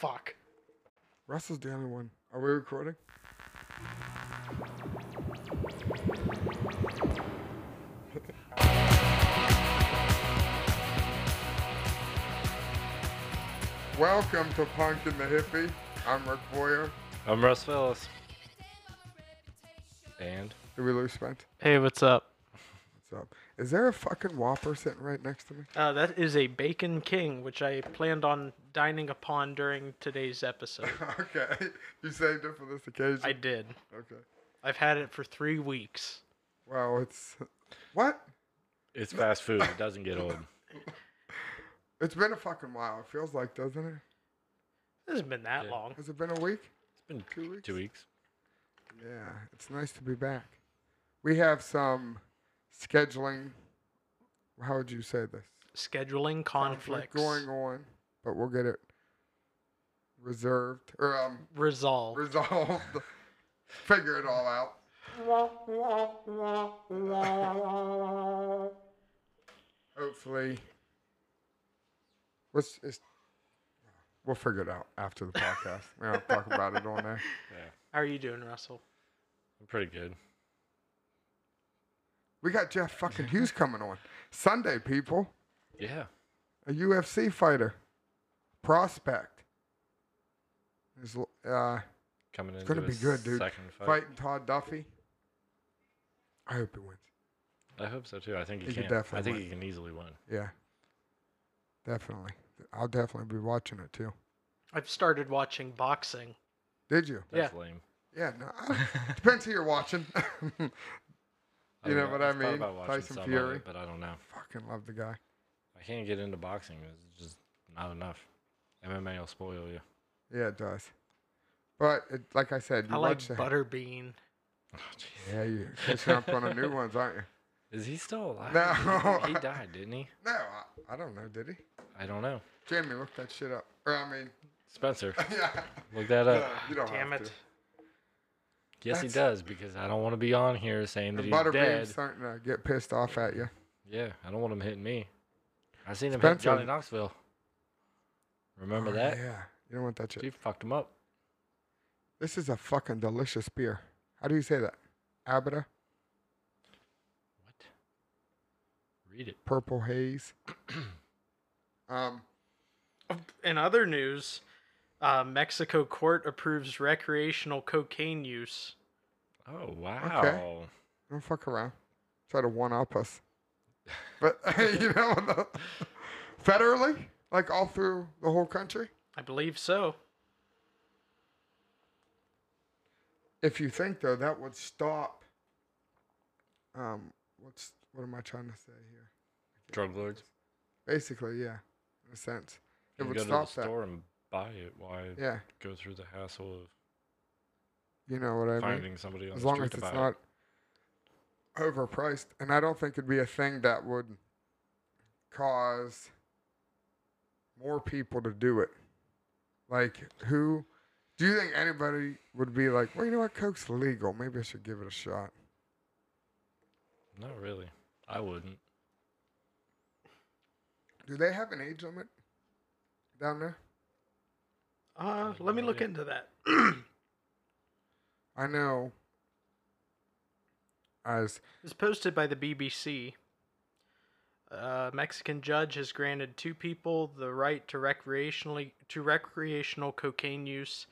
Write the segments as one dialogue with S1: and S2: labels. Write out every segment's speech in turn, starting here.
S1: Oh, Russell's the only one. Are we recording? Welcome to Punk and the Hippie. I'm Rick Boyer.
S2: I'm Russ Phillips. And
S1: Did we lose Spence?
S3: Hey, what's up?
S1: What's up? Is there a fucking Whopper sitting right next to me?
S3: Uh, that is a Bacon King, which I planned on dining upon during today's episode.
S1: okay. You saved it for this occasion.
S3: I did.
S1: okay.
S3: I've had it for three weeks.
S1: Wow, it's. What?
S2: it's fast food. It doesn't get old.
S1: It's been a fucking while. It feels like, doesn't it?
S3: It hasn't been that
S2: Yeah.
S3: long.
S1: Has it been a week?
S2: It's been
S1: Two weeks?
S2: two weeks.
S1: Yeah, it's nice to be back. We have some scheduling. How would you say this?
S3: Scheduling conflicts
S1: going on, but we'll get it reserved or um
S3: resolved.
S1: resolved. Figure it all out. Hopefully, let's. It's, we'll figure it out after the podcast. we don't talk about it on there.
S3: How are you doing, Russell?
S2: I'm pretty good.
S1: We got Jeff fucking Hughes coming on Sunday, people.
S2: Yeah.
S1: a UFC fighter, prospect. Is l- uh,
S2: Coming in.
S1: gonna be good, dude.
S2: Second fight.
S1: fighting Todd Duffy. I hope he wins.
S2: I hope so too. I think he,
S1: He could
S2: can. I
S1: definitely
S2: think
S1: win.
S2: he can easily win.
S1: Yeah, definitely. I'll definitely be watching it too.
S3: I've started watching boxing.
S1: Did you?
S2: That's
S3: Yeah.
S2: lame.
S1: Yeah. No, I- depends who you're watching. You know
S2: don't
S1: what I
S2: thought
S1: mean?
S2: about watching
S1: Tyson
S2: some of
S1: Fury.
S2: it, but I don't know.
S1: fucking love the guy.
S2: I can't get into boxing. It's just not enough. MMA will spoil you.
S1: Yeah, it does. But it, like I said, you
S3: I like
S1: watch the.
S3: Butterbean.
S2: Oh, jeez.
S1: Yeah, you catching up on the new ones, aren't you?
S2: Is he still alive?
S1: No.
S2: he died, didn't he?
S1: No, I, I don't know. Did he?
S2: I don't know.
S1: Jamie, look that shit up. Or I mean,
S2: Spencer,
S1: yeah.
S2: look that up.
S1: you don't
S3: Damn
S1: have
S3: it.
S1: to.
S2: Yes, he
S1: That's-
S2: does because I don't want to be on here saying
S1: The
S2: that he's dead.
S1: butterbean's starting to get pissed off at you.
S2: Yeah, I don't want him hitting me. I seen him
S1: Spencer-
S2: hit Johnny Knoxville. Remember
S1: Oh,
S2: that?
S1: Yeah. You don't want that shit.
S2: She fucked him up.
S1: This is a fucking delicious beer. How do you say that? Abita,
S2: What? Read it.
S1: purple haze. um,
S3: Uh, In other news, uh, Mexico court approves recreational cocaine use.
S2: Oh wow.
S1: don't fuck around. Try to one up us. But you know, the, federally, like all through the whole country.
S3: I believe so.
S1: If you think though, that would stop. Um, what's what am I trying to say here?
S2: Drug lords.
S1: Basically, yeah, in a sense, it
S2: You
S1: would
S2: go to the
S1: stop that.
S2: store and buy it. Why
S1: Yeah,
S2: go through the hassle of
S1: you know what I mean.
S2: finding somebody on
S1: as
S2: the
S1: long as
S2: street
S1: it's
S2: to buy
S1: not
S2: it?
S1: overpriced. And I don't think it'd be a thing that would cause more people to do it. Like, who do you think anybody would be like, well, you know what? Coke's legal. Maybe I should give it a shot.
S2: Not really. I wouldn't.
S1: Do they have an age limit down there?
S3: Uh, let me look into that.
S1: I know. As
S3: It's posted by the BBC. A Uh, Mexican judge has granted two people the right to recreationally to recreational cocaine use.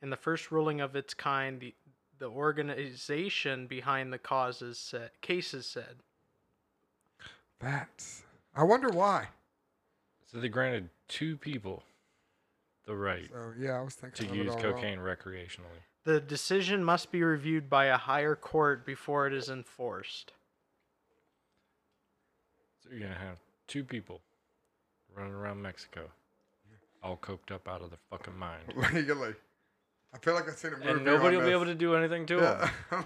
S3: In the first ruling of its kind, the the organization behind the causes said, cases said,
S1: that's, I wonder why.
S2: So they granted two people the right
S1: So yeah, I was
S2: to
S1: thinking of it
S2: use
S1: all wrong.
S2: cocaine recreationally.
S3: the decision must be reviewed by a higher court before it is enforced.
S2: So you're gonna have two people running around Mexico, all coked up out of their fucking mind,
S1: legally. I feel like I've seen a movie.
S2: and nobody
S1: on
S2: will be
S1: this.
S2: able to do anything to them.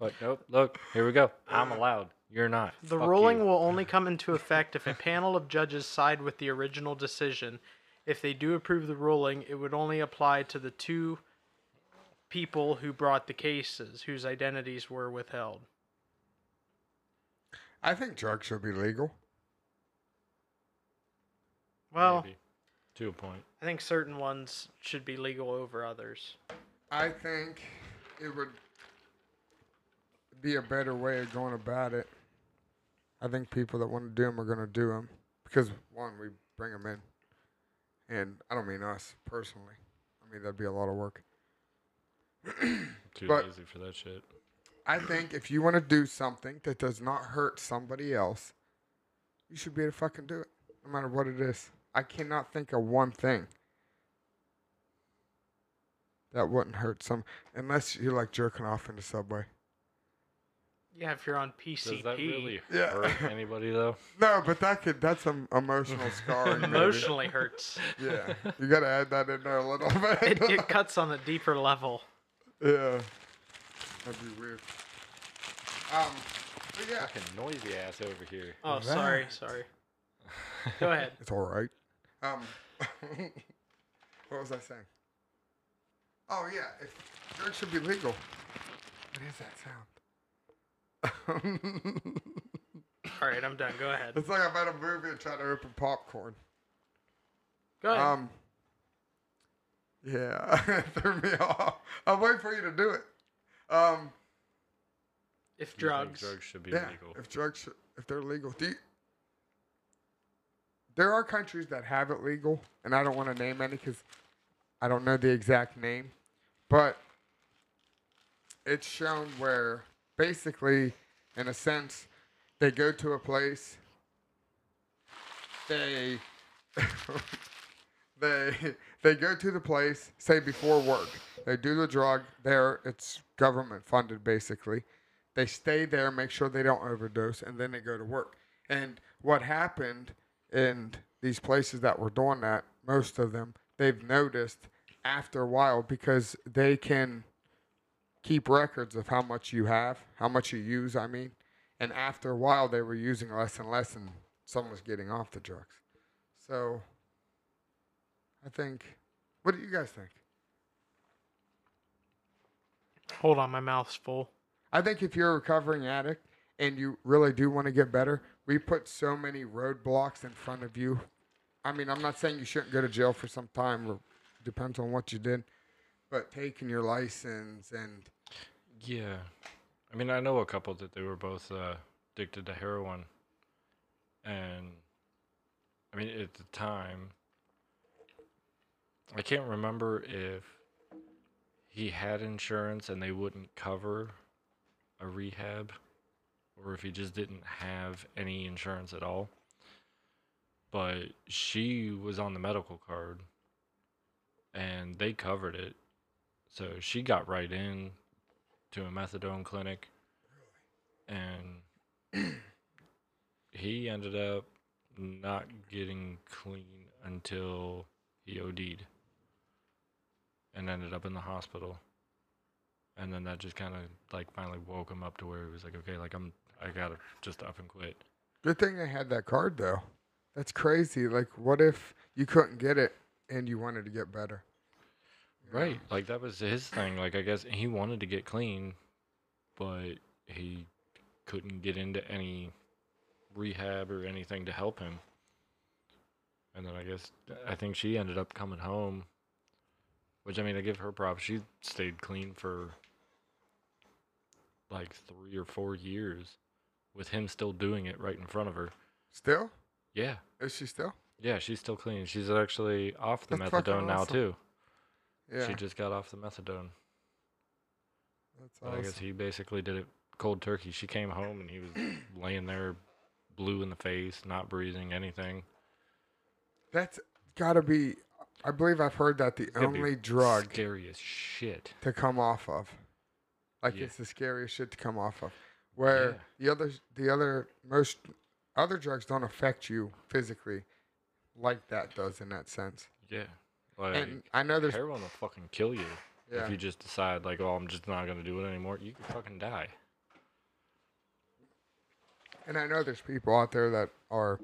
S1: Yeah.
S2: But nope, look, here we go. I'm allowed. You're not.
S3: The
S2: Fuck
S3: ruling
S2: you.
S3: will only come into effect if a panel of judges side with the original decision. If they do approve the ruling, it would only apply to the two people who brought the cases whose identities were withheld.
S1: I think drugs should be legal.
S3: Well,
S2: Maybe. to a point.
S3: I think certain ones should be legal over others.
S1: I think it would be a better way of going about it. I think people that want to do them are going to do them because one, we bring them in, and I don't mean us personally. I mean that'd be a lot of work.
S2: Too
S1: But-
S2: lazy for that shit.
S1: I think if you want to do something that does not hurt somebody else, you should be able to fucking do it, no matter what it is. I cannot think of one thing that wouldn't hurt some, unless you're like jerking off in the subway.
S3: Yeah, if you're on
S2: Does
S3: PCP,
S2: that really
S1: Yeah.
S2: hurt anybody though?
S1: No, but that could that's some emotional scarring. baby.
S3: emotionally hurts.
S1: Yeah, you gotta add that in there a little
S3: It,
S1: bit.
S3: it cuts on a deeper level.
S1: yeah, that'd be weird. Um, but yeah,
S2: Fucking noisy ass over here.
S3: Oh, sorry,
S1: Right.
S3: sorry. Go ahead.
S1: it's all right. Um, what was I saying? Oh yeah, if drugs should be legal. What is that sound?
S3: All right, I'm done. Go ahead.
S1: it's like I'm at a movie and trying to open popcorn.
S3: Go ahead.
S1: Um. Yeah, threw me off. I'm waiting for you to do it. Um.
S3: if
S2: Do you think
S3: drugs,
S2: Drugs should be
S1: yeah.
S2: legal.
S1: If drugs, should- if they're legal, do you, there are countries that have it legal, and I don't want to name any because I don't know the exact name, but it's shown where basically, in a sense, they go to a place, they. They they go to the place, say before work. They do the drug. There, it's government funded basically they stay there, make sure they don't overdose, and then they go to work. And what happened in these places that were doing that, most of them, they've noticed after a while because they can keep records of how much you have, how much you use, I mean. And after a while, they were using less and less, and someone was getting off the drugs. So I think, what do you guys think?
S3: hold on, my mouth's full.
S1: I think if you're a recovering addict and you really do want to get better, we put so many roadblocks in front of you. I mean, I'm not saying you shouldn't go to jail for some time, or depends on what you did, but taking your license and
S2: Yeah. I mean, I know a couple that they were both uh, addicted to heroin. And I mean, at the time, I can't remember if he had insurance and they wouldn't cover a rehab or if he just didn't have any insurance at all. But she was on the medical card and they covered it. So she got right in to a methadone clinic, and he ended up not getting clean until he OD'd, and ended up in the hospital. And then that just kind of like finally woke him up to where he was like, okay, like I'm, I gotta just up and quit.
S1: good thing they had that card though. That's crazy. Like, what if you couldn't get it and you wanted to get better? You know?
S2: Right. Like that was his thing. Like I guess he wanted to get clean, but he couldn't get into any rehab or anything to help him. And then I guess I think she ended up coming home, which I mean I give her props. She stayed clean for like 3 or 4 years with him still doing it right in front of her.
S1: Still?
S2: Yeah.
S1: Is she still?
S2: Yeah, she's still clean. She's actually off the
S1: That's fucking
S2: methadone now
S1: awesome.
S2: too.
S1: Yeah.
S2: She just got off the methadone.
S1: That's
S2: But I guess he basically did it cold turkey. She came home and he was laying there, blue in the face, not breathing, anything.
S1: That's got to be. I believe I've heard that the
S2: gotta be
S1: only drug
S2: Scary as shit.
S1: to come off of. Like
S2: Yeah.
S1: it's the scariest shit to come off of. Where
S2: Yeah.
S1: the other the other most other drugs don't affect you physically like that does in that sense.
S2: Yeah. Like,
S1: And I know there's
S2: heroin will fucking kill you
S1: yeah.
S2: if you just decide, like, oh, I'm just not going to do it anymore. You could fucking die.
S1: and I know there's people out there that are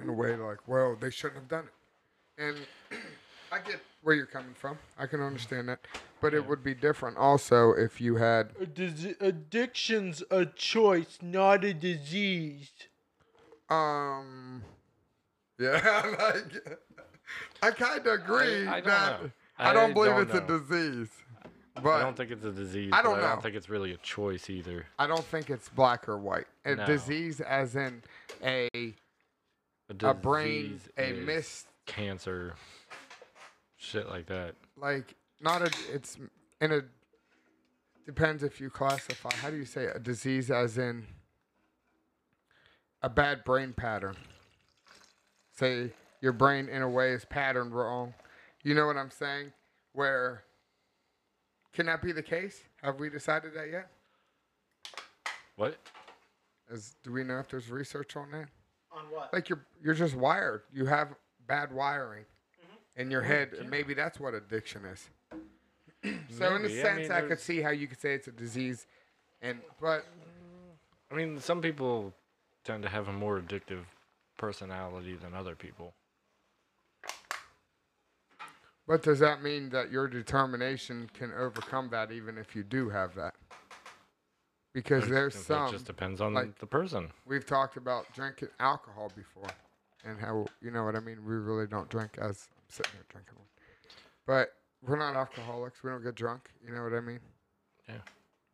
S1: in a way like, well, they shouldn't have done it. And I get where you're coming from. I can understand that. But it would be different also if you had
S3: addiction's a choice, not a disease.
S1: um Yeah, like I kind of agree
S2: I don't
S1: that
S2: know.
S1: I don't believe it's
S2: know.
S1: a disease, but
S2: I don't think it's a disease.
S1: I
S2: but
S1: don't
S2: I
S1: know.
S2: don't think it's really a choice either.
S1: think it's black or white. A
S2: No.
S1: disease, as in a
S2: A,
S1: a brain,
S2: disease
S1: a
S2: is
S1: mis
S2: cancer, shit like that.
S1: like not a. It's in a depends if you classify. How do you say it? a disease as in a bad brain pattern? Say your brain in a way is patterned wrong. You know what I'm saying? Where can that be the case? Have we decided that yet?
S2: What?
S1: Is do we know if there's research on that?
S3: On what?
S1: Like you're you're just wired. You have bad wiring in your head, and maybe that's what addiction is. so in a
S2: Maybe. I
S1: sense,
S2: mean,
S1: I, could
S2: there's-
S1: see how you could say it's a disease, and but
S2: I mean, some people tend to have a more addictive personality than other people.
S1: but does that mean that your determination can overcome that even if you do have that? Because there's
S2: It
S1: some
S2: just depends on
S1: like-
S2: the person.
S1: we've talked about drinking alcohol before, and how you know what I mean. We really don't drink as I'm sitting here drinking one, but we're not alcoholics. We don't get drunk. You know what I mean?
S2: Yeah.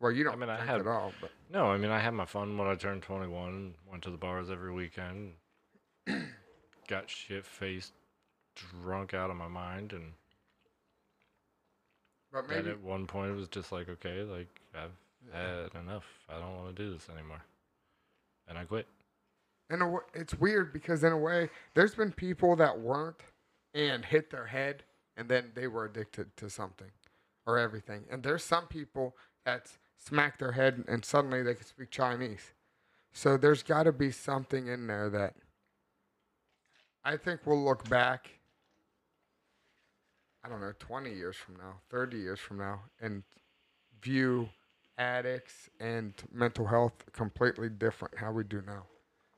S1: Well, you don't
S2: mean, I
S1: drink
S2: have-
S1: at all, but
S2: No, I mean, I had my fun when I turned 21, went to the bars every weekend, got shit faced, drunk out of my mind, and
S1: but
S2: then
S1: maybe
S2: at one point it was just like, okay, like, I've had enough. I don't want to do this anymore. And I quit.
S1: in a, wa- it's weird because in a way, there's been people that weren't and hit their head, and then they were addicted to something or everything. And there's some people that smack their head and suddenly they can speak Chinese. So there's got to be something in there that I think we'll look back. I don't know, 20 years from now, 30 years from now, and view addicts and mental health completely different how we do now.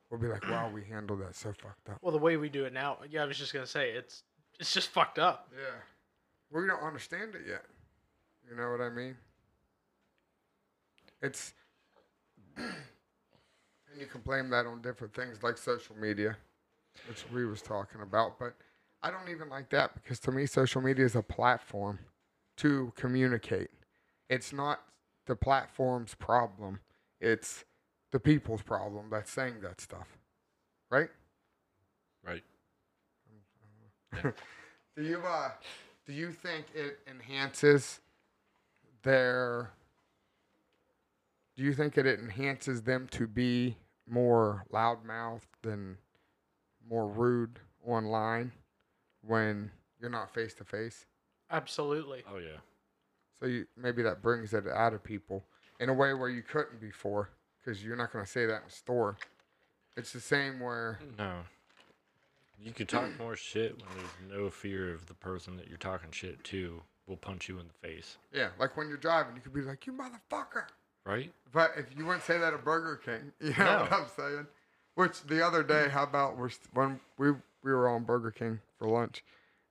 S1: We'll be like, wow, we handled that so fucked up.
S3: Well, the way we do it now, yeah, I was just gonna say it's it's just fucked up.
S1: Yeah. We don't understand it yet. You know what I mean? It's. and you can blame that on different things like social media, which we was talking about. But I don't even like that because to me, social media is a platform to communicate. It's not the platform's problem. It's the people's problem that's saying that stuff, right?
S2: Right.
S1: Do you uh, do you think it enhances their? Do you think that it enhances them to be more loudmouthed and more rude online when you're not face to face?
S3: Absolutely.
S2: Oh, yeah.
S1: So you, maybe that brings it out of people in a way where you couldn't before because you're not going to say that in a store. It's the same where
S2: No. You could talk more shit when there's no fear of the person that you're talking shit to will punch you in the face.
S1: yeah, like when you're driving, you could be like, "You motherfucker."
S2: Right?
S1: But if you wouldn't say that at Burger King, you know
S2: No.
S1: what I'm saying? Which the other day, how about we're st- when we we were on Burger King for lunch,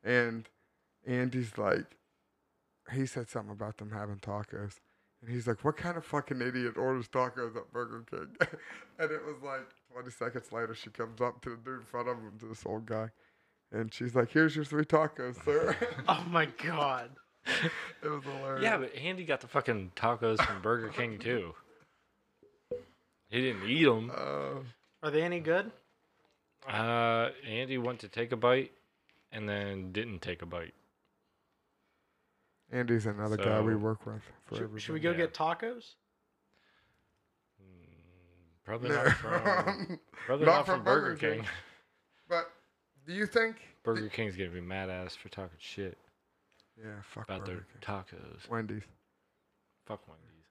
S1: and Andy's like, he said something about them having tacos, and he's like, "What kind of fucking idiot orders tacos at Burger King?" and it was like 20 seconds later, she comes up to the dude in front of him, to this old guy, and she's like, "Here's your three tacos, sir."
S3: Oh my god.
S1: it was hilarious.
S2: Yeah, but Andy got the fucking tacos from Burger King too. He didn't eat them.
S1: Uh,
S3: Are they any good?
S2: Uh, Andy went to take a bite and then didn't take a bite.
S1: Andy's another guy we
S2: So-
S1: work with. For
S3: Should,
S1: everything.
S3: should we go
S2: Yeah.
S3: get tacos?
S2: Hmm, Probably
S1: No.
S2: not from probably
S1: Not
S2: not, from,
S1: from
S2: Burger,
S1: Burger
S2: King.
S1: King. but do you think?
S2: Burger King's gonna be mad ass for talking shit
S1: Yeah, fuck
S2: about
S1: Burger
S2: their
S1: King.
S2: tacos.
S1: Wendy's.
S2: Fuck Wendy's.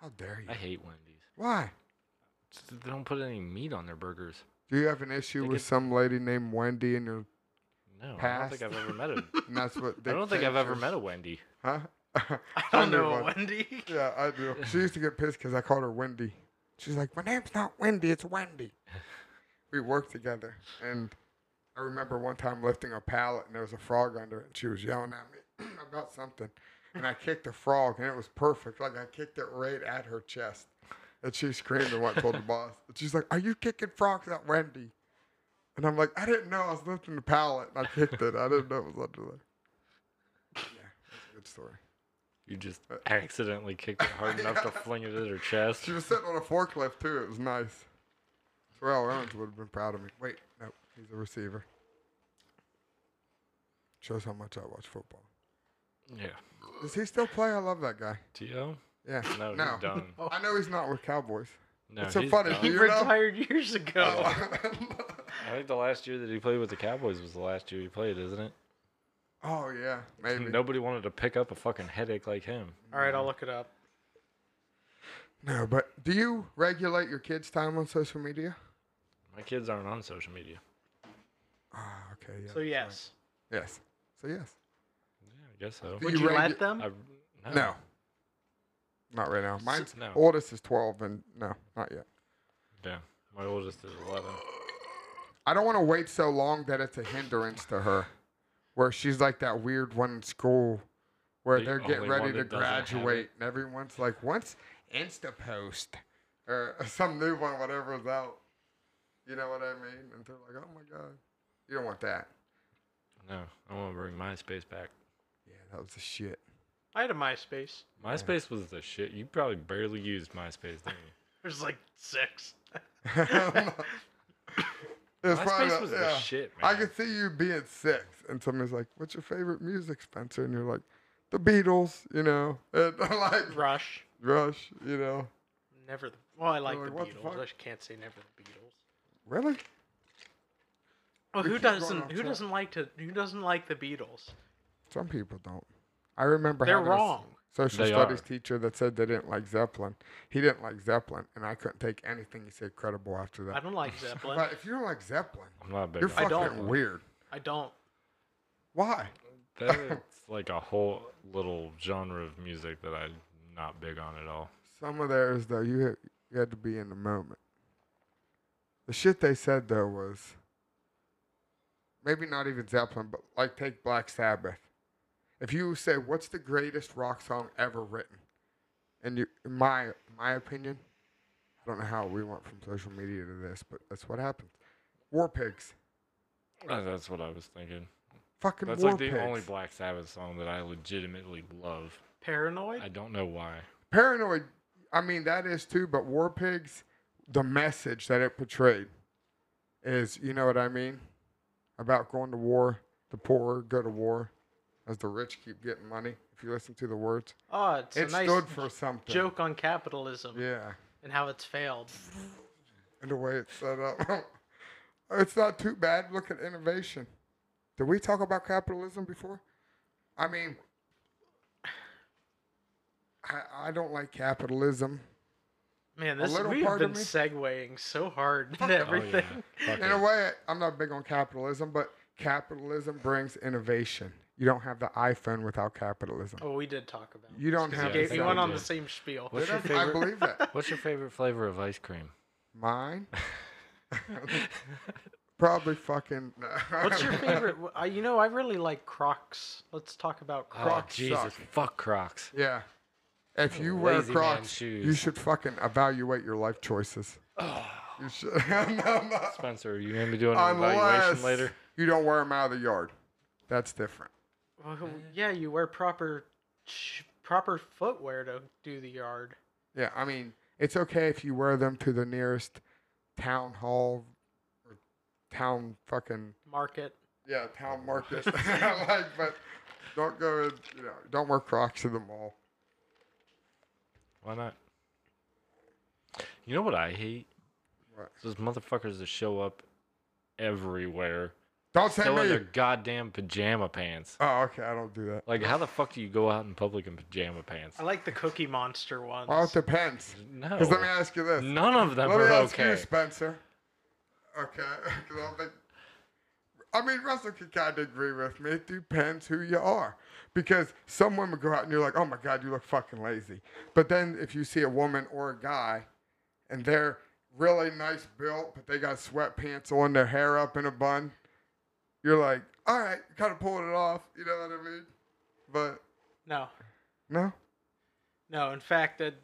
S1: How dare you?
S2: I hate Wendy's.
S1: Why?
S2: Just that They don't put any meat on their burgers.
S1: Do you have an issue
S2: They
S1: with
S2: get-
S1: some lady named Wendy and your?
S2: No, I don't
S1: Passed.
S2: think I've ever met a.
S1: And that's what
S2: I don't think I've ever met a Wendy.
S1: Huh?
S3: I don't
S1: knew
S3: know,
S1: one.
S3: Wendy.
S1: Yeah, I do. She used to get pissed because I called her Wendy. She's like, my name's not Wendy, it's Wendy. We worked together, and I remember one time lifting a pallet, and there was a frog under it, and she was yelling at me about something, and I kicked the frog, and it was perfect. Like I kicked it right at her chest, and she screamed and went and told the boss. And she's like, "Are you kicking frogs at Wendy?" And I'm like, I didn't know I was lifting the pallet. And I picked it. I didn't know it was under there. Yeah, that's a good story.
S2: You just
S1: Uh,
S2: accidentally kicked it hard enough to fling it at her chest.
S1: She was sitting on a forklift too. It was nice. Terrell Owens would have been proud of me. Wait, no, he's a receiver. Shows how much I watch football.
S2: Yeah.
S1: Does he still play? I love that guy.
S2: T.O.?
S1: Yeah.
S2: No,
S1: no.
S2: he's done.
S1: I know he's not with Cowboys.
S2: No,
S1: It's so
S2: he's
S1: funny.
S2: done.
S3: He
S1: Oh, You're not- Oh.
S3: retired years ago.
S2: I think the last year that he played with the Cowboys was the last year he played, isn't it?
S1: oh yeah, maybe.
S2: Nobody wanted to pick up a fucking headache like him.
S3: All right, I'll look it up.
S1: No, but do you regulate your kids' time on social media?
S2: My kids aren't on social media.
S1: Ah, okay. Yeah.
S3: So yes,
S1: Yes. So yes.
S2: Yeah, I guess so.
S1: Do
S3: would
S1: you
S3: you
S1: rate
S3: let
S1: it-
S3: them?
S2: I, no.
S1: No. Not right now. Mine's
S2: Oh. no.
S1: oldest is twelve, and no, not yet.
S2: Yeah. My oldest is 11.
S1: I don't want to wait so long that it's a hindrance to her, where she's like that weird one in school, where
S2: The
S1: they're getting
S2: only
S1: ready
S2: one
S1: to
S2: that doesn't have
S1: graduate, and everyone's like, "What's Insta post?" or some new one, whatever is out. You know what I mean? And they're like, "Oh my god, you don't want that."
S2: No. I want to bring MySpace back.
S1: Yeah, that was the shit.
S3: I had a MySpace.
S2: MySpace was the shit. You probably barely used MySpace, didn't you?
S3: There's like six.
S1: It was probably
S2: MySpace
S1: about-
S2: was
S1: yeah.
S2: the shit,
S1: I
S2: man.
S1: could see you being six, and somebody's like, "What's your favorite music, Spencer?" And you're like, "The Beatles," you know, and like
S3: Rush.
S1: Rush, you know.
S3: Never. The, well, I like
S1: You're
S3: the
S1: like, what the
S3: Beatles.
S1: fuck?
S3: I sh- can't say never the Beatles.
S1: Really?
S3: Well,
S1: We
S3: who
S1: keep going
S3: doesn't?
S1: off
S3: Who
S1: track.
S3: doesn't like to? Who doesn't like the Beatles?
S1: Some people don't. I remember
S3: They're
S1: having a s-
S3: wrong.
S1: social
S2: They
S1: studies
S2: are.
S1: teacher that said they didn't like Zeppelin. He didn't like Zeppelin, and I couldn't take anything he said credible after
S3: I
S1: that.
S3: don't like Zeppelin.
S1: But if you don't like Zeppelin,
S2: I'm not big
S1: you're
S2: on
S1: fucking
S3: I don't.
S1: weird.
S3: I don't.
S1: Why?
S2: That's like a whole little genre of music that I'm not big on at all.
S1: Some of theirs though, you had, you had to be in the moment. The shit they said though was maybe not even Zeppelin, but like take Black Sabbath. If you say what's the greatest rock song ever written, and you, in my my opinion, I don't know how we went from social media to this, but that's what happened. War Pigs,
S2: Uh, That's what I was thinking.
S1: fucking
S2: That's
S1: War
S2: like the
S1: Pigs.
S2: only Black Sabbath song that I legitimately love.
S3: Paranoid.
S2: I don't know why.
S1: Paranoid. I mean that is too, but War Pigs, the message that it portrayed is, you know what I mean, about going to war. The poor go to war, as the rich keep getting money. If you listen to the words,
S3: oh, it's
S1: it
S3: a nice
S1: stood for something.
S3: joke on capitalism
S1: Yeah,
S3: and how it's failed.
S1: and the way it's set up, it's not too bad. Look at innovation. Did we talk about capitalism before? I mean, I, I don't like capitalism.
S3: Man, this
S1: little
S3: we've
S1: part of
S3: been
S1: me-
S3: segueing so hard into
S2: Oh, yeah.
S3: everything.
S2: Fuck
S1: In a
S2: it.
S1: way, I'm not big on capitalism, but capitalism brings innovation. You don't have the iPhone without capitalism.
S3: Oh, we did talk about.
S1: You don't have.
S2: Yeah,
S3: it.
S1: the
S3: Gave-
S2: that's
S3: we
S2: what
S1: phone.
S3: went
S2: we
S3: on the
S2: did.
S3: same spiel.
S2: What's your
S1: Did I I
S2: favorite?
S1: believe that.
S2: What's your favorite flavor of ice cream? Oh,
S1: Mine, probably fucking.
S3: What's your favorite? wh- I, you know, I really like Crocs. Let's talk about
S2: Oh,
S3: Crocs.
S2: Jesus,
S1: suck.
S2: fuck Crocs.
S1: yeah. If you wear
S2: Oh, Lazy man
S1: Crocs, you
S2: shoes. Oh.
S1: should fucking evaluate your life choices. You should. No, no.
S2: Spencer, are you gonna be doing an
S1: Unless
S2: evaluation later?
S1: you don't wear them out of the yard, that's different.
S3: Well, yeah, you wear proper sh- proper footwear to do the yard.
S1: Yeah, I mean, it's okay if you wear them to the nearest town hall or town fucking
S3: Market.
S1: yeah, town market. like, but don't go in, you know, don't wear Crocs in the mall.
S2: Why not? You know what I hate?
S1: What?
S2: Those motherfuckers that show up everywhere,
S1: Don't say
S2: still in
S1: me.
S2: their goddamn pajama pants.
S1: Oh, okay, I don't do that.
S2: Like, how the fuck do you go out in public in pajama pants?
S3: I like the Cookie Monster ones.
S1: Well, it depends.
S2: No,
S1: Because let me ask you this.
S2: none of them
S1: let me
S2: are
S1: ask
S2: okay.
S1: you, Spencer. Okay, 'cause I don't think. I mean, Russell could kind of agree with me. It depends who you are. Because some women go out and you're like, oh my God, you look fucking lazy. But then if you see a woman or a guy and they're really nice built, but they got sweatpants on, their hair up in a bun, you're like, all right, kind of pulling it off. You know what I mean? But
S3: No,
S1: no.
S3: no. In fact, that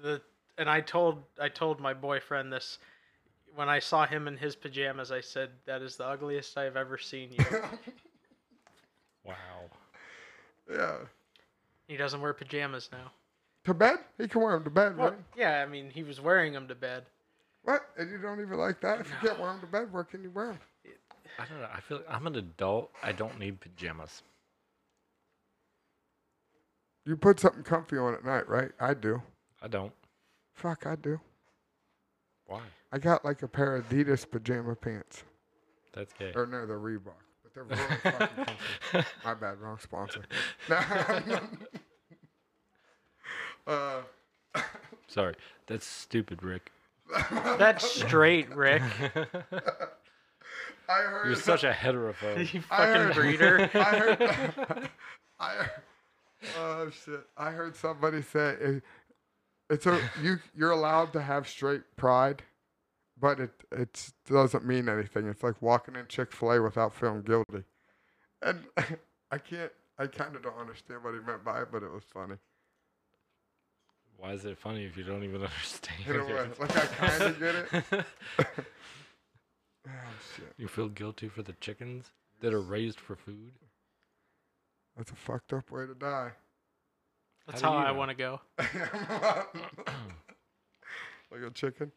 S3: the and I told I told my boyfriend this. when I saw him in his pajamas, I said, "That is the ugliest I've ever seen you."
S2: Wow.
S1: yeah.
S3: he doesn't wear pajamas now.
S1: To bed? He can wear them to bed,
S3: Well,
S1: right?
S3: yeah, I mean, he was wearing them to bed.
S1: What? And you don't even like that? If you can't wear them to bed, where can you wear them?
S2: I don't know. I feel like I'm an adult. I don't need pajamas.
S1: You put something comfy on at night, right? I do.
S2: I don't.
S1: Fuck, I do.
S2: Why?
S1: I got like a pair of Adidas pajama pants.
S2: That's gay.
S1: Or no, they're Reebok. But they're really fucking comfy. My bad, wrong sponsor. No. uh,
S2: Sorry. That's stupid, Rick.
S3: That's straight, Rick.
S1: I heard.
S2: You're such a heterophobe.
S3: you
S1: I
S3: fucking
S1: heard-
S3: breeder.
S1: I heard. I heard. Oh shit! I heard somebody say it, it's a you. You're allowed to have straight pride, but it it doesn't mean anything. It's like walking in Chick Fil A without feeling guilty, and I can't. I kind of don't understand what he meant by it, but it was funny.
S2: Why is it funny if you don't even understand?
S1: In a way,
S2: it?
S1: like I kind of get it. Oh shit!
S2: you feel guilty for the chickens that are raised for food?
S1: That's a fucked up way to die.
S3: That's
S2: How do
S3: how
S2: you
S3: I
S2: know?
S3: want to go.
S1: like a chicken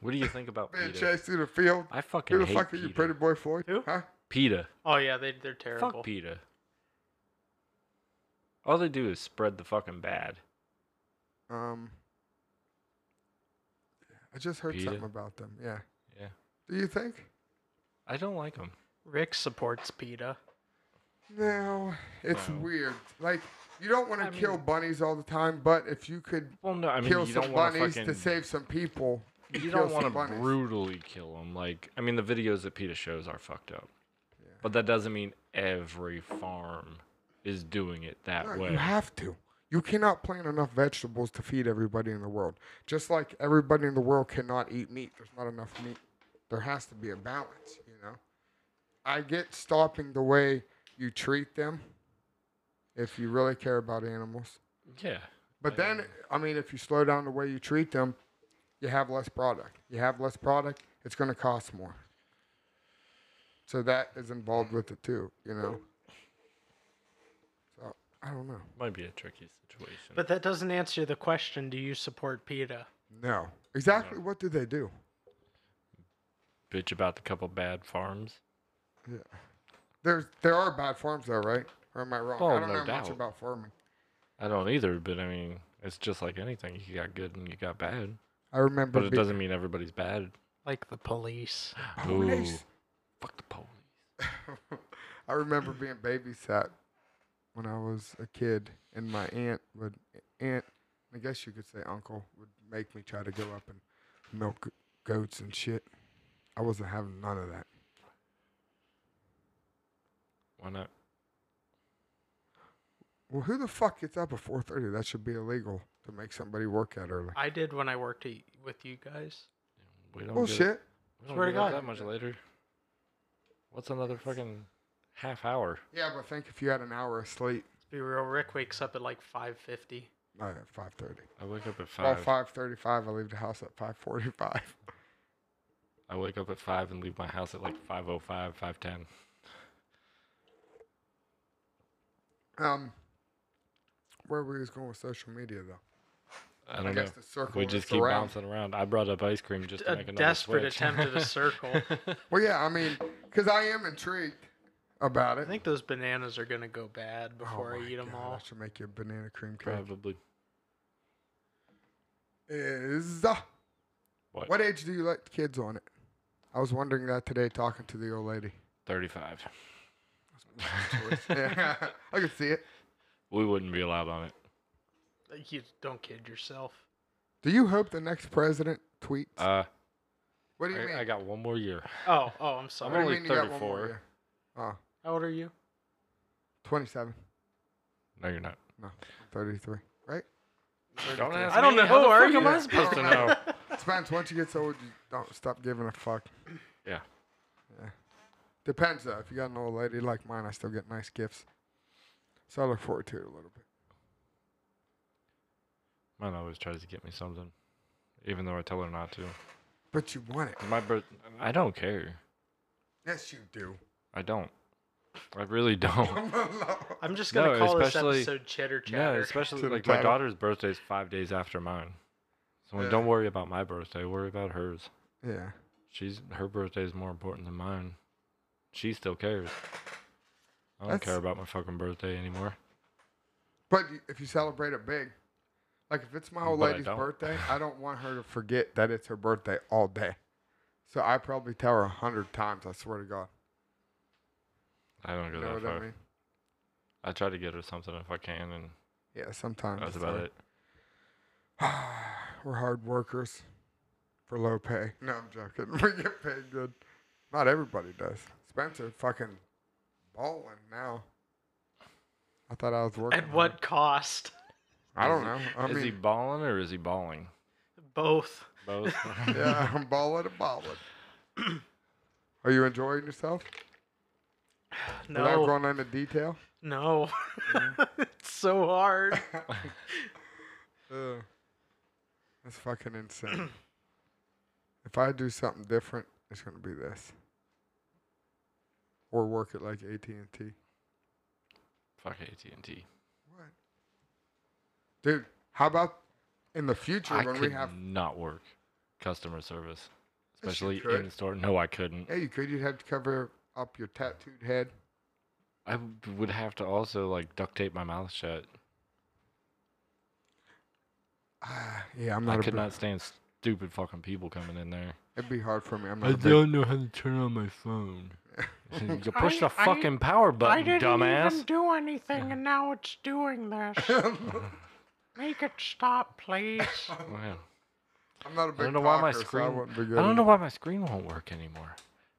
S2: What do you think about
S1: being
S2: PETA?
S1: chased through the field.
S2: I fucking
S1: Who the
S2: hate
S1: fuck are
S2: PETA.
S1: you, pretty boy Floyd?
S3: Who?
S1: Huh?
S2: PETA.
S3: Oh yeah, they they're terrible.
S2: Fuck PETA. All they do is spread the fucking bad.
S1: Um, I just heard
S2: Peter?
S1: something about them. Yeah.
S2: Yeah.
S1: Do you think?
S2: I don't like them.
S3: Rick supports PETA.
S1: No, it's
S2: No.
S1: weird. Like you don't want
S2: I
S1: to kill
S2: mean-
S1: bunnies all the time, but if you could
S2: Well, no, I mean,
S1: kill
S2: you
S1: some
S2: don't want to
S1: bunnies
S2: fucking.
S1: to save some people,
S2: you
S1: kill
S2: don't
S1: some
S2: want to
S1: bunnies.
S2: brutally kill them. Like, I mean, the videos that PETA shows are fucked up.
S1: Yeah.
S2: But that doesn't mean every farm is doing it that
S1: No,
S2: way.
S1: You have to. You cannot plant enough vegetables to feed everybody in the world. Just like everybody in the world cannot eat meat. There's not enough meat. There has to be a balance, you know. I get stopping the way you treat them if you really care about animals.
S2: yeah.
S1: But then I mean if you slow down the way you treat them, you have less product. You have less product, it's going to cost more. So that is involved with it too, you know. So, I don't know.
S2: Might be a tricky situation.
S3: But that doesn't answer the question. Do you support PETA?
S1: No. Exactly what do they do?
S2: Bitch about the couple bad farms.
S1: There's there are bad farms though, right? Or am I wrong?
S2: Oh,
S1: I don't
S2: no
S1: know
S2: doubt.
S1: much about farming.
S2: I don't either, but I mean, it's just like anything. You got good and you got bad.
S1: I remember
S2: But it
S1: be-
S2: doesn't mean everybody's bad.
S3: Like the police.
S2: Ooh.
S1: Police.
S2: Fuck the police.
S1: I remember being babysat when I was a kid and my aunt would aunt I guess you could say uncle would make me try to go up and milk goats and shit. I wasn't having none of that.
S2: Why not?
S1: Well, who the fuck gets up at 4:30? That should be illegal to make somebody work out early.
S3: I did when I worked at, with you guys.
S2: We don't get it-
S1: Bullshit.
S2: We don't
S3: Swear to
S2: get it
S3: God.
S2: that much later. What's another fucking half hour?
S1: Yeah, but think if you had an hour of sleep
S3: Let's be real. Rick wakes up at like five fifty.
S1: uh, at 5:30.
S2: I wake up at
S1: Well,
S2: five.
S1: five thirty-five. I leave the house at five forty-five.
S2: I wake up at five and leave my house at like 5.05, 5.10.
S1: Um, where were we just going with social media though?
S2: I don't know.
S1: guess the circle.
S2: We
S1: is
S2: just keep
S1: around.
S2: bouncing around. I brought up ice cream just to
S3: A
S2: make another
S3: desperate
S2: switch.
S3: attempt at a circle.
S1: Well, yeah, I mean, because I am intrigued about it.
S3: I think those bananas are gonna go bad
S1: Oh
S3: before I
S1: my
S3: eat them
S1: God,
S3: all.
S1: That should make you a banana cream cake.
S2: Probably.
S1: Is uh,
S2: What?
S1: what age do you let kids on it? I was wondering that today, talking to the old lady.
S2: 35.
S1: Yeah, I could see it.
S2: We wouldn't be allowed on it.
S3: You don't kid yourself.
S1: Do you hope the next president tweets?
S2: Uh,
S1: what do you mean?
S2: I, I got one more year.
S3: Oh, oh, I'm
S1: what
S2: I'm
S1: do
S3: sorry.
S1: you
S2: only
S1: mean you got one more
S2: 34.
S1: year? Oh,
S3: How old are you?
S1: 27,
S2: No, you're not.
S1: 33, right?
S2: Don't
S1: 33.
S2: ask
S3: I don't
S2: me.
S3: know.
S2: How the
S3: Are
S2: fuck am
S3: you?
S2: I supposed to know?
S1: Spence, once you get so old, you don't stop giving a fuck.
S2: Yeah.
S1: Yeah. Depends though. If you got an old lady like mine, I still get nice gifts. So I look forward to it a little bit.
S2: Mine always tries to get me something, even though I tell her not to.
S1: But you want it.
S2: My bro- I don't care.
S1: Yes, you do.
S2: I don't. I really don't.
S3: I'm just gonna
S2: No,
S3: call this
S2: especially-
S3: episode Cheddar
S2: Yeah,
S3: Chatter.
S2: especially
S1: To the
S2: like my
S1: title.
S2: daughter's birthday is five days after mine. So like,
S1: Yeah.
S2: don't worry about my birthday. Worry about hers.
S1: yeah.
S2: She's her birthday is more important than mine. She still cares. I don't
S1: That's-
S2: care about my fucking birthday anymore.
S1: But y- if you celebrate it big, like if it's my old
S2: But I
S1: lady's
S2: don't.
S1: birthday, I don't want her to forget that it's her birthday all day. So I probably tell her a hundred times. I swear to God.
S2: I don't go
S1: You know what
S2: that far. I,
S1: I mean?
S2: try to get her something if I can, and
S1: Yeah, sometimes.
S2: that's
S1: it's
S2: about
S1: hard.
S2: it.
S1: We're hard workers for low pay. No, I'm joking. We get paid good. Not everybody does. Spencer fucking balling now. I thought I was working.
S3: At what cost?
S1: hard. I don't know. I
S2: is he
S1: mean,
S2: balling or is he balling?
S3: Both.
S2: Both.
S1: yeah, I'm balling and balling. Are you enjoying yourself? Without
S3: No.
S1: going into detail?
S3: No.
S2: Mm-hmm.
S3: it's so hard.
S1: Ugh. That's fucking insane. if I do something different, it's gonna be this. Or work it like AT and T.
S2: Fuck AT and T.
S1: What? Dude, how about in the future
S2: I
S1: when
S2: could
S1: we have?
S2: not work customer service,
S1: you
S2: especially
S1: could.
S2: in store. No, I couldn't.
S1: Yeah, you could. You'd have to cover up your tattooed head.
S2: I w- would have to also like duct tape my mouth shut.
S1: Ah, yeah, I'm
S2: I
S1: not. a
S2: could
S1: big-
S2: not stand stupid fucking people coming in there.
S1: It'd be hard for me. I'm not.
S2: I
S1: a big-
S2: don't know how to turn on my phone. you can push
S3: I-
S2: the
S3: I-
S2: fucking power button, dumbass.
S3: do anything, and now it's doing this. Make it stop, please.
S2: Wow.
S1: I'm not a big.
S2: I don't know why my
S1: talker, so
S2: screen.
S1: I, wouldn't be
S2: Oh, I
S1: good
S2: don't
S1: at
S2: know
S1: it.
S2: why my screen won't work anymore.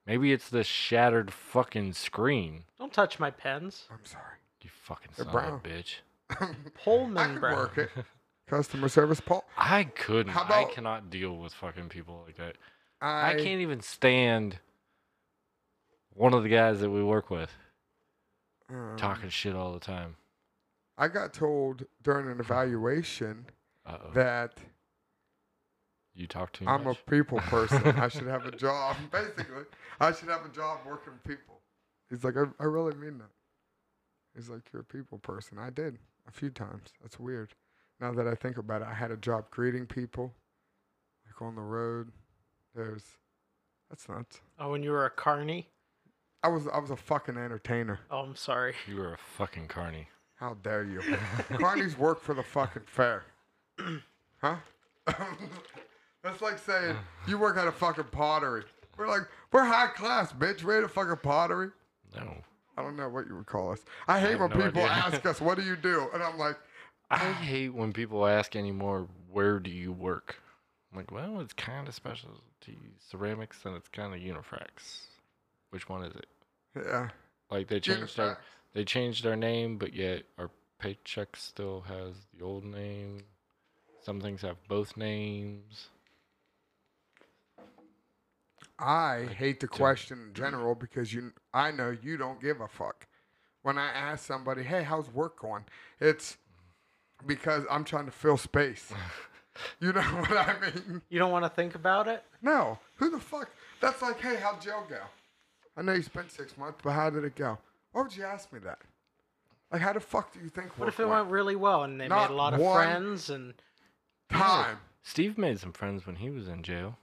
S2: Maybe it's the shattered fucking screen.
S3: Don't touch my pens.
S1: I'm sorry.
S2: You fucking
S1: They're
S2: son of a
S1: brown.
S2: bitch.
S1: I
S3: Pullman
S1: could
S3: brown.
S1: work it. Customer service, Paul.
S2: I couldn't.
S1: How
S2: I
S1: about-
S2: cannot deal with fucking people like that.
S1: I,
S2: I, can't even stand one of the guys that we work with
S1: um,
S2: talking shit all the time.
S1: I got told during an evaluation
S2: Uh oh.
S1: that
S2: You talk too
S1: I'm a
S2: much.
S1: people person. I should have a job. Basically, I should have a job working with people. He's like, I, I really mean that. He's like, you're a people person. I did a few times. That's weird. Now that I think about it, I had a job greeting people, like on the road. There's, that's nuts.
S3: Oh, and you were a carny.
S1: I was I was a fucking entertainer.
S3: Oh, I'm sorry.
S2: you were a fucking carny.
S1: How dare you? Carnies work for the fucking fair. Huh? That's like saying you work at a fucking pottery. We're like, we're high class, bitch. We're at a fucking pottery.
S2: No.
S1: I don't know what you would call us. I hate
S2: have
S1: when
S2: no
S1: people
S2: idea.
S1: ask us, what do you do? And I'm like,
S2: I hate when people ask anymore, where do you work? I'm like, well, it's kind of specialty ceramics and it's kind of Unifrax. Which one is it?
S1: yeah.
S2: Like they changed their
S1: Unifrax.
S2: they changed their name, but yet our paycheck still has the old name. Some things have both names.
S1: I hate the question in general because you I know you don't give a fuck. When I ask somebody, "Hey, how's work going?" It's because I'm trying to fill space. you know what I mean?
S3: You don't want to think about it?
S1: No. Who the fuck? That's like, "Hey, how'd jail go?" I know you spent 6 months, but how did it go? Why would you ask me that? Like, how the fuck do you think
S3: What
S1: work
S3: if it
S1: went?
S3: went really well and they
S1: Not
S3: made a lot of
S1: one-
S3: friends and
S1: time?
S2: Steve made some friends when he was in jail.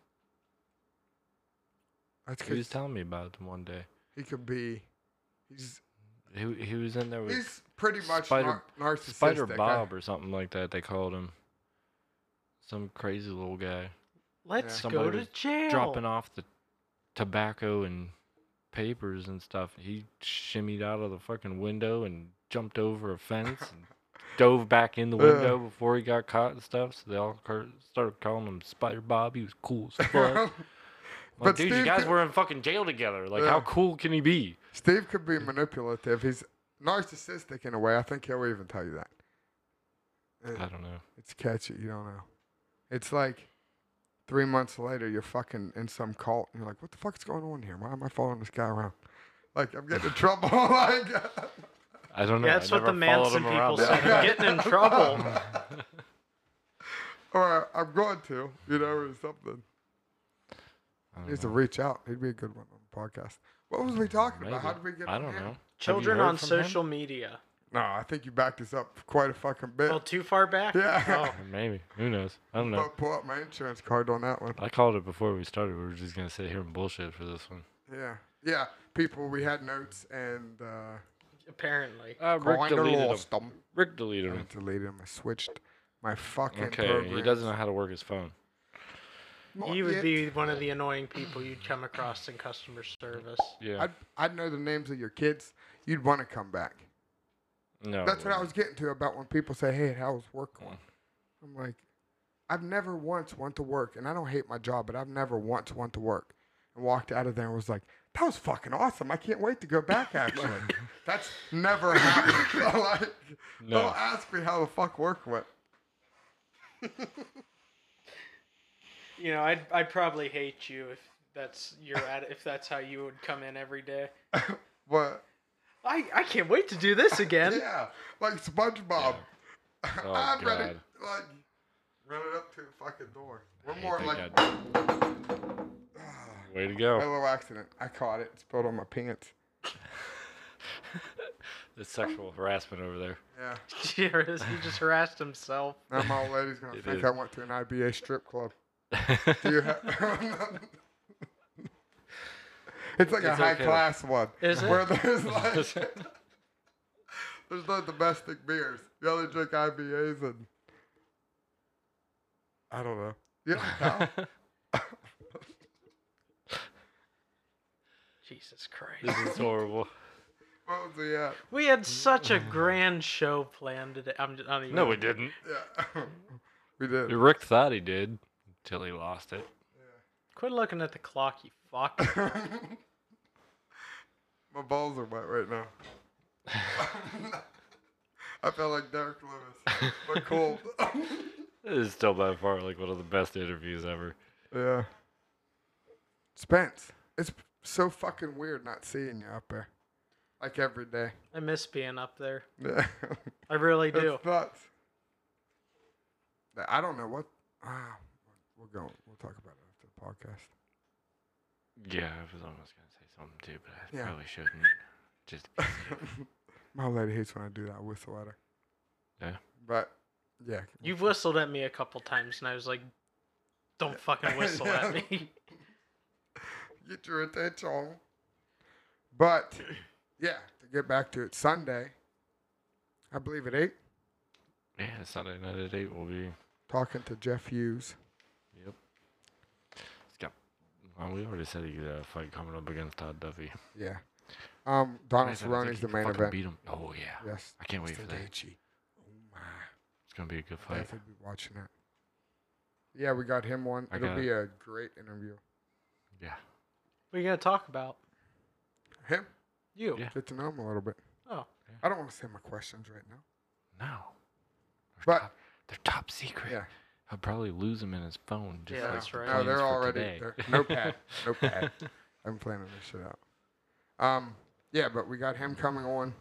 S1: That's
S2: He was
S1: because
S2: telling me about them one day.
S1: he could be. He's
S2: He, he was in there with
S1: he's pretty much
S2: Spider-
S1: nar- narcissistic.
S2: Spider
S1: I-
S2: Bob or something like that. They called him some crazy little guy.
S3: let's
S2: Somebody
S3: go to
S2: was
S3: jail?
S2: dropping off the tobacco and papers and stuff. He shimmied out of the fucking window and jumped over a fence and dove back in the window before he got caught and stuff. So they all cur- started calling him Spider Bob. He was cool as fuck. Like,
S1: But
S2: dude, you
S1: Steve
S2: guys
S1: could-
S2: were in fucking jail together. Like, how
S1: Yeah.
S2: cool can he be?
S1: Steve could be manipulative. He's narcissistic in a way. I think he'll even tell you that.
S2: I don't know.
S1: It's catchy. You don't know. It's like three months later, you're fucking in some cult, and you're like, "What the fuck's going on here? Why am I following this guy around? Like, I'm getting in trouble." like,
S2: I don't know.
S3: Yeah, that's
S2: I
S3: what the
S2: never followed
S3: Manson
S2: him
S3: people
S2: around
S3: said.
S2: that.
S3: I'm getting in trouble.
S1: or I'm going to, you know, or something.
S2: I don't
S1: He needs to
S2: know.
S1: reach out. He'd be a good one on the podcast. What was we talking about? How
S2: Maybe.
S1: did we get?
S2: I
S1: on
S2: don't
S1: him?
S2: know. Have you
S3: Children
S2: heard
S3: on
S2: from him?
S3: social media.
S1: No, I think you backed us up quite a fucking bit.
S3: Well, too far back.
S1: Yeah.
S3: Oh,
S2: Maybe. Who knows? I don't know.
S1: But pull up my insurance card on that one.
S2: I called it before we started. We were just gonna sit here and bullshit for this one.
S1: Yeah, yeah. People, we had notes and uh,
S3: Oh, apparently.
S2: Uh, Rick
S1: kinda
S2: deleted him.
S1: lost them.
S2: Rick deleted
S1: I
S2: him.
S1: deleted them. I switched my fucking.
S2: Okay, he
S1: programs.
S2: doesn't know how to work his phone.
S1: Not
S3: He would
S1: yet.
S3: be one of the annoying people you'd come across in customer service.
S2: Yeah.
S1: I'd, I'd know the names of your kids. You'd want to come back.
S2: no.
S1: That's what I
S2: wouldn't.
S1: was getting to about when people say, "Hey, how's work going?"
S2: Mm.
S1: I'm like, I've never once went to work, and I don't hate my job, but I've never once went to work and walked out of there and was like, "That was fucking awesome! I can't wait to go back." Actually, that's never happened. like,
S2: No.
S1: Don't ask me how the fuck work went.
S3: You know, I'd, I'd probably hate you if that's your atti- if that's how you would come in every day.
S1: But
S3: I, I can't wait to do this again.
S1: yeah, like SpongeBob.
S2: Oh,
S1: I'd rather
S2: God.
S1: like run it up to the fucking door. We're
S2: I
S1: more
S2: hate
S1: like
S2: that guy. Way to
S1: a
S2: go.
S1: little accident. I caught it. It spilled on my pants.
S2: It's sexual harassment over there.
S1: Yeah.
S3: he just harassed himself.
S1: Now my old lady's gonna
S2: It
S1: think
S2: is.
S1: I went to an IBA strip club. Do you ha- it's like a
S2: It's
S1: high
S2: okay.
S1: class one.
S3: Is it?
S1: Where there's like there's no domestic beers. You only drink IBAs and I don't know. Yeah.
S3: Jesus Christ.
S2: this is horrible.
S1: what was the uh,
S3: We had such a grand show planned today. I'm just, I'm even,
S2: No, we didn't.
S1: yeah. we did.
S2: Rick thought he did until he lost it.
S3: Quit looking at the clock, you fuck.
S1: My balls are wet right now. I feel like Derek Lewis, but cold.
S2: This is still by far like one of the best interviews ever.
S1: yeah. Spence, it's so fucking weird not seeing you up there, like every day.
S3: I miss being up there.
S1: Yeah,
S3: I really do.
S1: it's nuts. I don't know what. Ah, we'll go. We'll talk about it after the podcast.
S2: Yeah, I was almost gonna say something too, but I
S1: Yeah.
S2: probably shouldn't. Just to be safe.
S1: My lady hates when I do that whistle at her.
S2: Yeah.
S1: But yeah.
S3: You've whistled at me a couple times, and I was like, don't fucking whistle at me.
S1: get your attention. But yeah, to get back to it, Sunday, I believe at eight,
S2: yeah, Sunday night at eight will be.
S1: talking to Jeff Hughes.
S2: Yep. It's got. Well, we already said he got a fight coming up against Todd Duffy.
S1: Yeah. Um, Donald
S2: Guys, I don't
S1: Cerrone's
S2: think he
S1: the
S2: can
S1: main
S2: fucking
S1: event.
S2: Beat him. Oh yeah.
S1: Yes.
S2: I can't wait for that.
S1: Gaethje. Oh my!
S2: It's gonna be a good
S1: I
S2: fight.
S1: should be watching that. Yeah, we got him one.
S2: I
S1: It'll
S2: got
S1: be a great interview.
S2: Yeah.
S3: What are you going to talk about?
S1: Him,
S3: You.
S2: Yeah.
S1: get to know him a little bit.
S3: Oh.
S1: I don't want to say my questions right now.
S2: No. They're
S1: But-
S2: top, they're top secret.
S1: Yeah.
S2: He'll probably lose them in his phone. Just
S3: Yeah,
S2: like
S3: that's
S2: the
S3: right.
S1: No, Oh,
S2: plans
S1: they're
S2: for
S1: already
S2: today.
S1: they're, notepad, notepad. I'm planning this shit out. Um, yeah, but we got him coming on.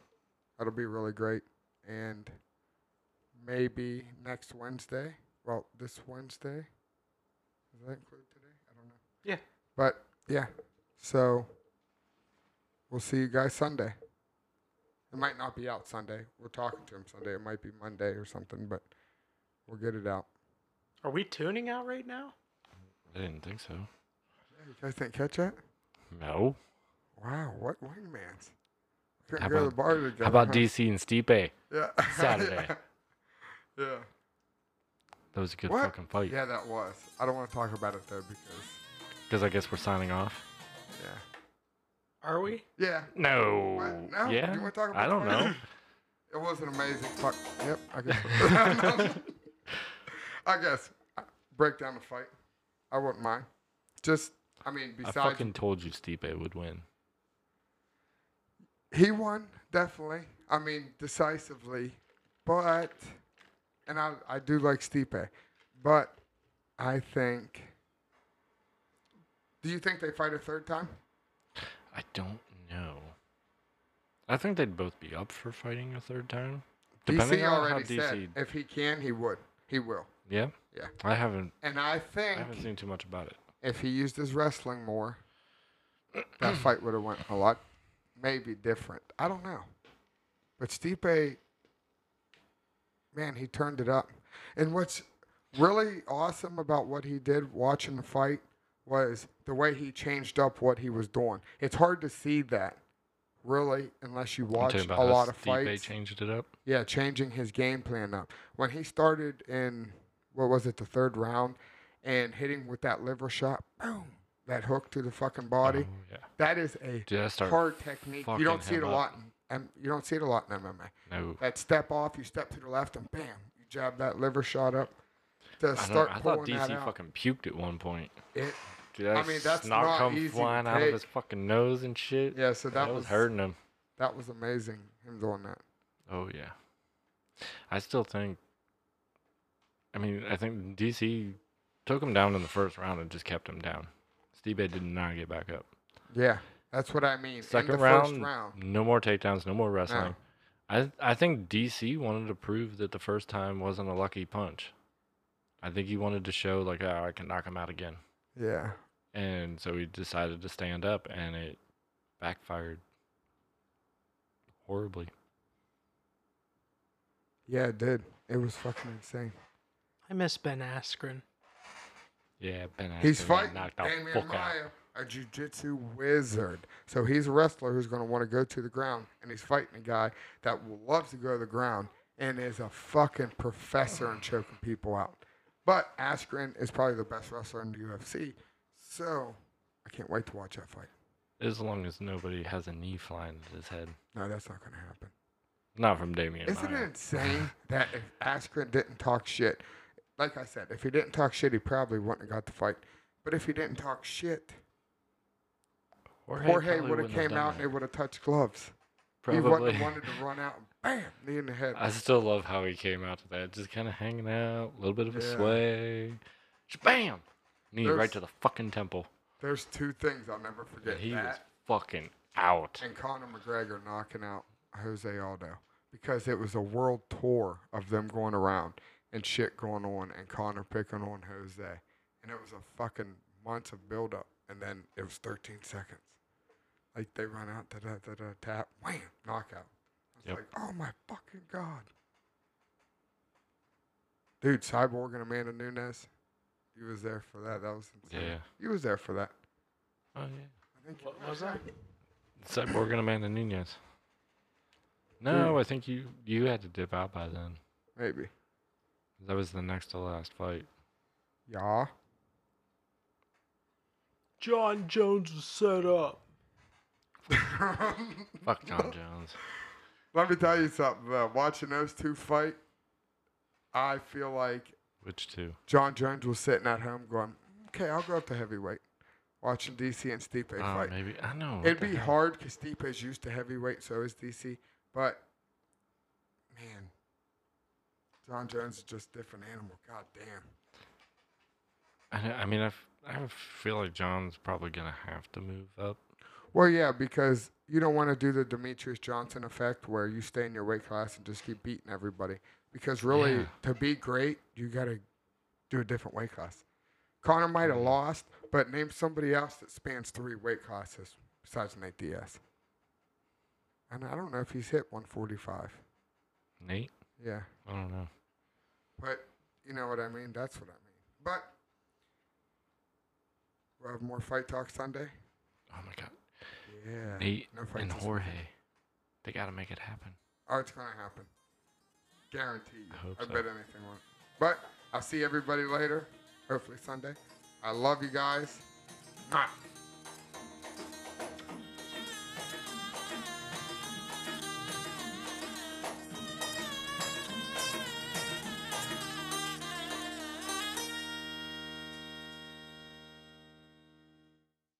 S1: That'll be really great. And maybe next Wednesday. Well, this Wednesday. Does that include today? I don't know.
S3: Yeah.
S1: But yeah, so we'll see you guys Sunday. It might not be out Sunday. We're talking to him Sunday. It might be Monday or something, but we'll get it out.
S3: Are we tuning out right now?
S2: I didn't think so.
S1: You guys didn't catch that?
S2: No.
S1: Wow, what wingmans? Couldn't
S2: How
S1: go to the
S2: about-
S1: bar together.
S2: How about
S1: huh?
S2: DC and Stipe?
S1: Yeah.
S2: Saturday?
S1: yeah.
S2: That was a good
S1: What?
S2: fucking fight.
S1: Yeah, that was. I don't want to talk about it though because
S2: Because I guess we're signing off.
S1: yeah.
S3: Are we?
S1: Yeah.
S2: No.
S1: No?
S2: Yeah.
S1: You wanna talk about
S2: I don't
S1: that?
S2: know.
S1: It was an amazing fuck. Yep, I guess. I guess uh, break down the fight. I wouldn't mind. Just I mean,
S2: I
S1: besides
S2: fucking told you Stipe would win.
S1: He won, definitely. I mean, decisively. But, and I, I do like Stipe, but I think. Do you think they fight a third time?
S2: I don't know. I think they'd both be up for fighting a third time. Depending
S1: DC
S2: on
S1: already
S2: how DC.
S1: said if he can, he would. He will.
S2: Yeah.
S1: Yeah.
S2: I haven't.
S1: And I
S2: I
S1: think
S2: haven't seen too much about it.
S1: If he used his wrestling more, that fight would have went a lot, maybe different. I don't know. But Stipe, man, he turned it up. And what's really awesome about what he did watching the fight was the way he changed up what he was doing. It's hard to see that, really, unless you watch a
S2: how
S1: lot of
S2: Stipe
S1: fights.
S2: changed it up.
S1: Yeah, changing his game plan up. When he started in what was it, the third round, and hitting with that liver shot, boom, that hook to the fucking body.
S2: Oh, yeah.
S1: That is a
S2: Dude, I start
S1: hard technique. You
S2: fucking
S1: don't see it
S2: him
S1: a
S2: up.
S1: lot. In, um, you don't see it a lot in MMA.
S2: No.
S1: That step off, you step to the left, and bam, you jab that liver shot up. To
S2: I, don't,
S1: start
S2: I thought
S1: pulling that
S2: DC
S1: out.
S2: fucking puked at one point.
S1: It,
S2: Dude,
S1: I
S2: I
S1: mean,
S2: mean,
S1: that's
S2: snot
S1: not
S2: come
S1: easy to
S2: flying out
S1: take.
S2: of his fucking nose and shit.
S1: yeah, so that,
S2: that
S1: was
S2: hurting him.
S1: that was amazing. Him doing that.
S2: Oh yeah, I still think. I mean, I think DC took him down in the first round and just kept him down. Stipe did not get back up.
S1: Yeah, that's what I mean.
S2: Second
S1: in the
S2: round,
S1: first round,
S2: no more takedowns, no more wrestling. I I think DC wanted to prove that the first time wasn't a lucky punch. I think he wanted to show like, oh, I can knock him out again,
S1: yeah,
S2: and so he decided to stand up, and it backfired horribly.
S1: yeah, it did. It was fucking insane.
S3: I miss Ben Askren.
S2: Yeah, Ben.
S1: He's
S2: Askren got
S1: fighting
S2: knocked the
S1: Damian
S2: fuck out.
S1: Maya, a jiu-jitsu wizard. So he's a wrestler who's going to want to go to the ground, and he's fighting a guy that w- loves to go to the ground and is a fucking professor in choking people out. But Askren is probably the best wrestler in the UFC, so I can't wait to watch that fight.
S2: As long as nobody has a knee flying at his head.
S1: No, that's not going to happen.
S2: Not from Damien.
S1: Isn't
S2: Maya.
S1: it insane that if Askren didn't talk shit, like I said, if he didn't talk shit, he probably wouldn't have got the fight. But if he didn't talk shit, Jorge
S2: probably
S1: would have
S2: wouldn't
S1: came
S2: done
S1: out and
S2: that.
S1: they would have touched gloves. He wouldn't
S2: Probably.
S1: have wanted to run out and bam, knee in the head.
S2: I still love how he came out to that. Just kind of hanging out, a little bit of a
S1: Yeah.
S2: sway. Just Bam! Knee
S1: There's-
S2: right to the fucking temple.
S1: There's two things I'll never forget.
S2: And he was
S1: that
S2: fucking out.
S1: and Conor McGregor knocking out Jose Aldo because it was a world tour of them going around and shit going on and Conor picking on Jose. And it was a fucking months of buildup. And then it was 13 seconds. Like they run out, da da da da, tap, wham, knockout. I
S2: Yep.
S1: was like, oh my fucking God. Dude, Cyborg and Amanda Nunes, you was there for that. That was insane.
S2: Yeah.
S1: You was there for that.
S2: Oh, yeah.
S1: I think you
S3: What was that?
S2: Cyborg and Amanda Nunez. No, I think you you had to dip out by then.
S1: maybe.
S2: That was the next to last fight.
S1: Yeah.
S3: John Jones was set up.
S2: Fuck John Jones.
S1: Let me tell you something. Though. Watching those two fight, I feel like
S2: Which two?
S1: John Jones was sitting at home going, "Okay, I'll go up to heavyweight." Watching DC and Stipe
S2: Oh,
S1: fight,
S2: maybe. I know. what
S1: it'd
S2: the
S1: be
S2: hell.
S1: hard because Stipe is used to heavyweight, so is DC. But man, John Jones is just a different animal. God damn.
S2: I, know- I mean, I, f- I feel like John's probably going to have to move up.
S1: Well, yeah, because you don't want to do the Demetrius Johnson effect where you stay in your weight class and just keep beating everybody. Because really,
S2: Yeah.
S1: to be great, you got to do a different weight class. Connor might have lost, but name somebody else that spans three weight classes besides Nate Diaz. And I don't know if he's hit 145.
S2: Nate?
S1: Yeah.
S2: I don't know.
S1: But you know what I mean? That's what I mean. But we'll have more fight talk Sunday.
S2: Oh my God.
S1: Yeah.
S2: Nate
S1: no fight
S2: and
S1: this-
S2: Jorge. They got to make it happen.
S1: Oh, it's gonna happen. Guaranteed.
S2: I hope
S1: I
S2: so.
S1: bet anything on it. But I'll see everybody later. Hopefully Sunday. I love you guys. Mwah.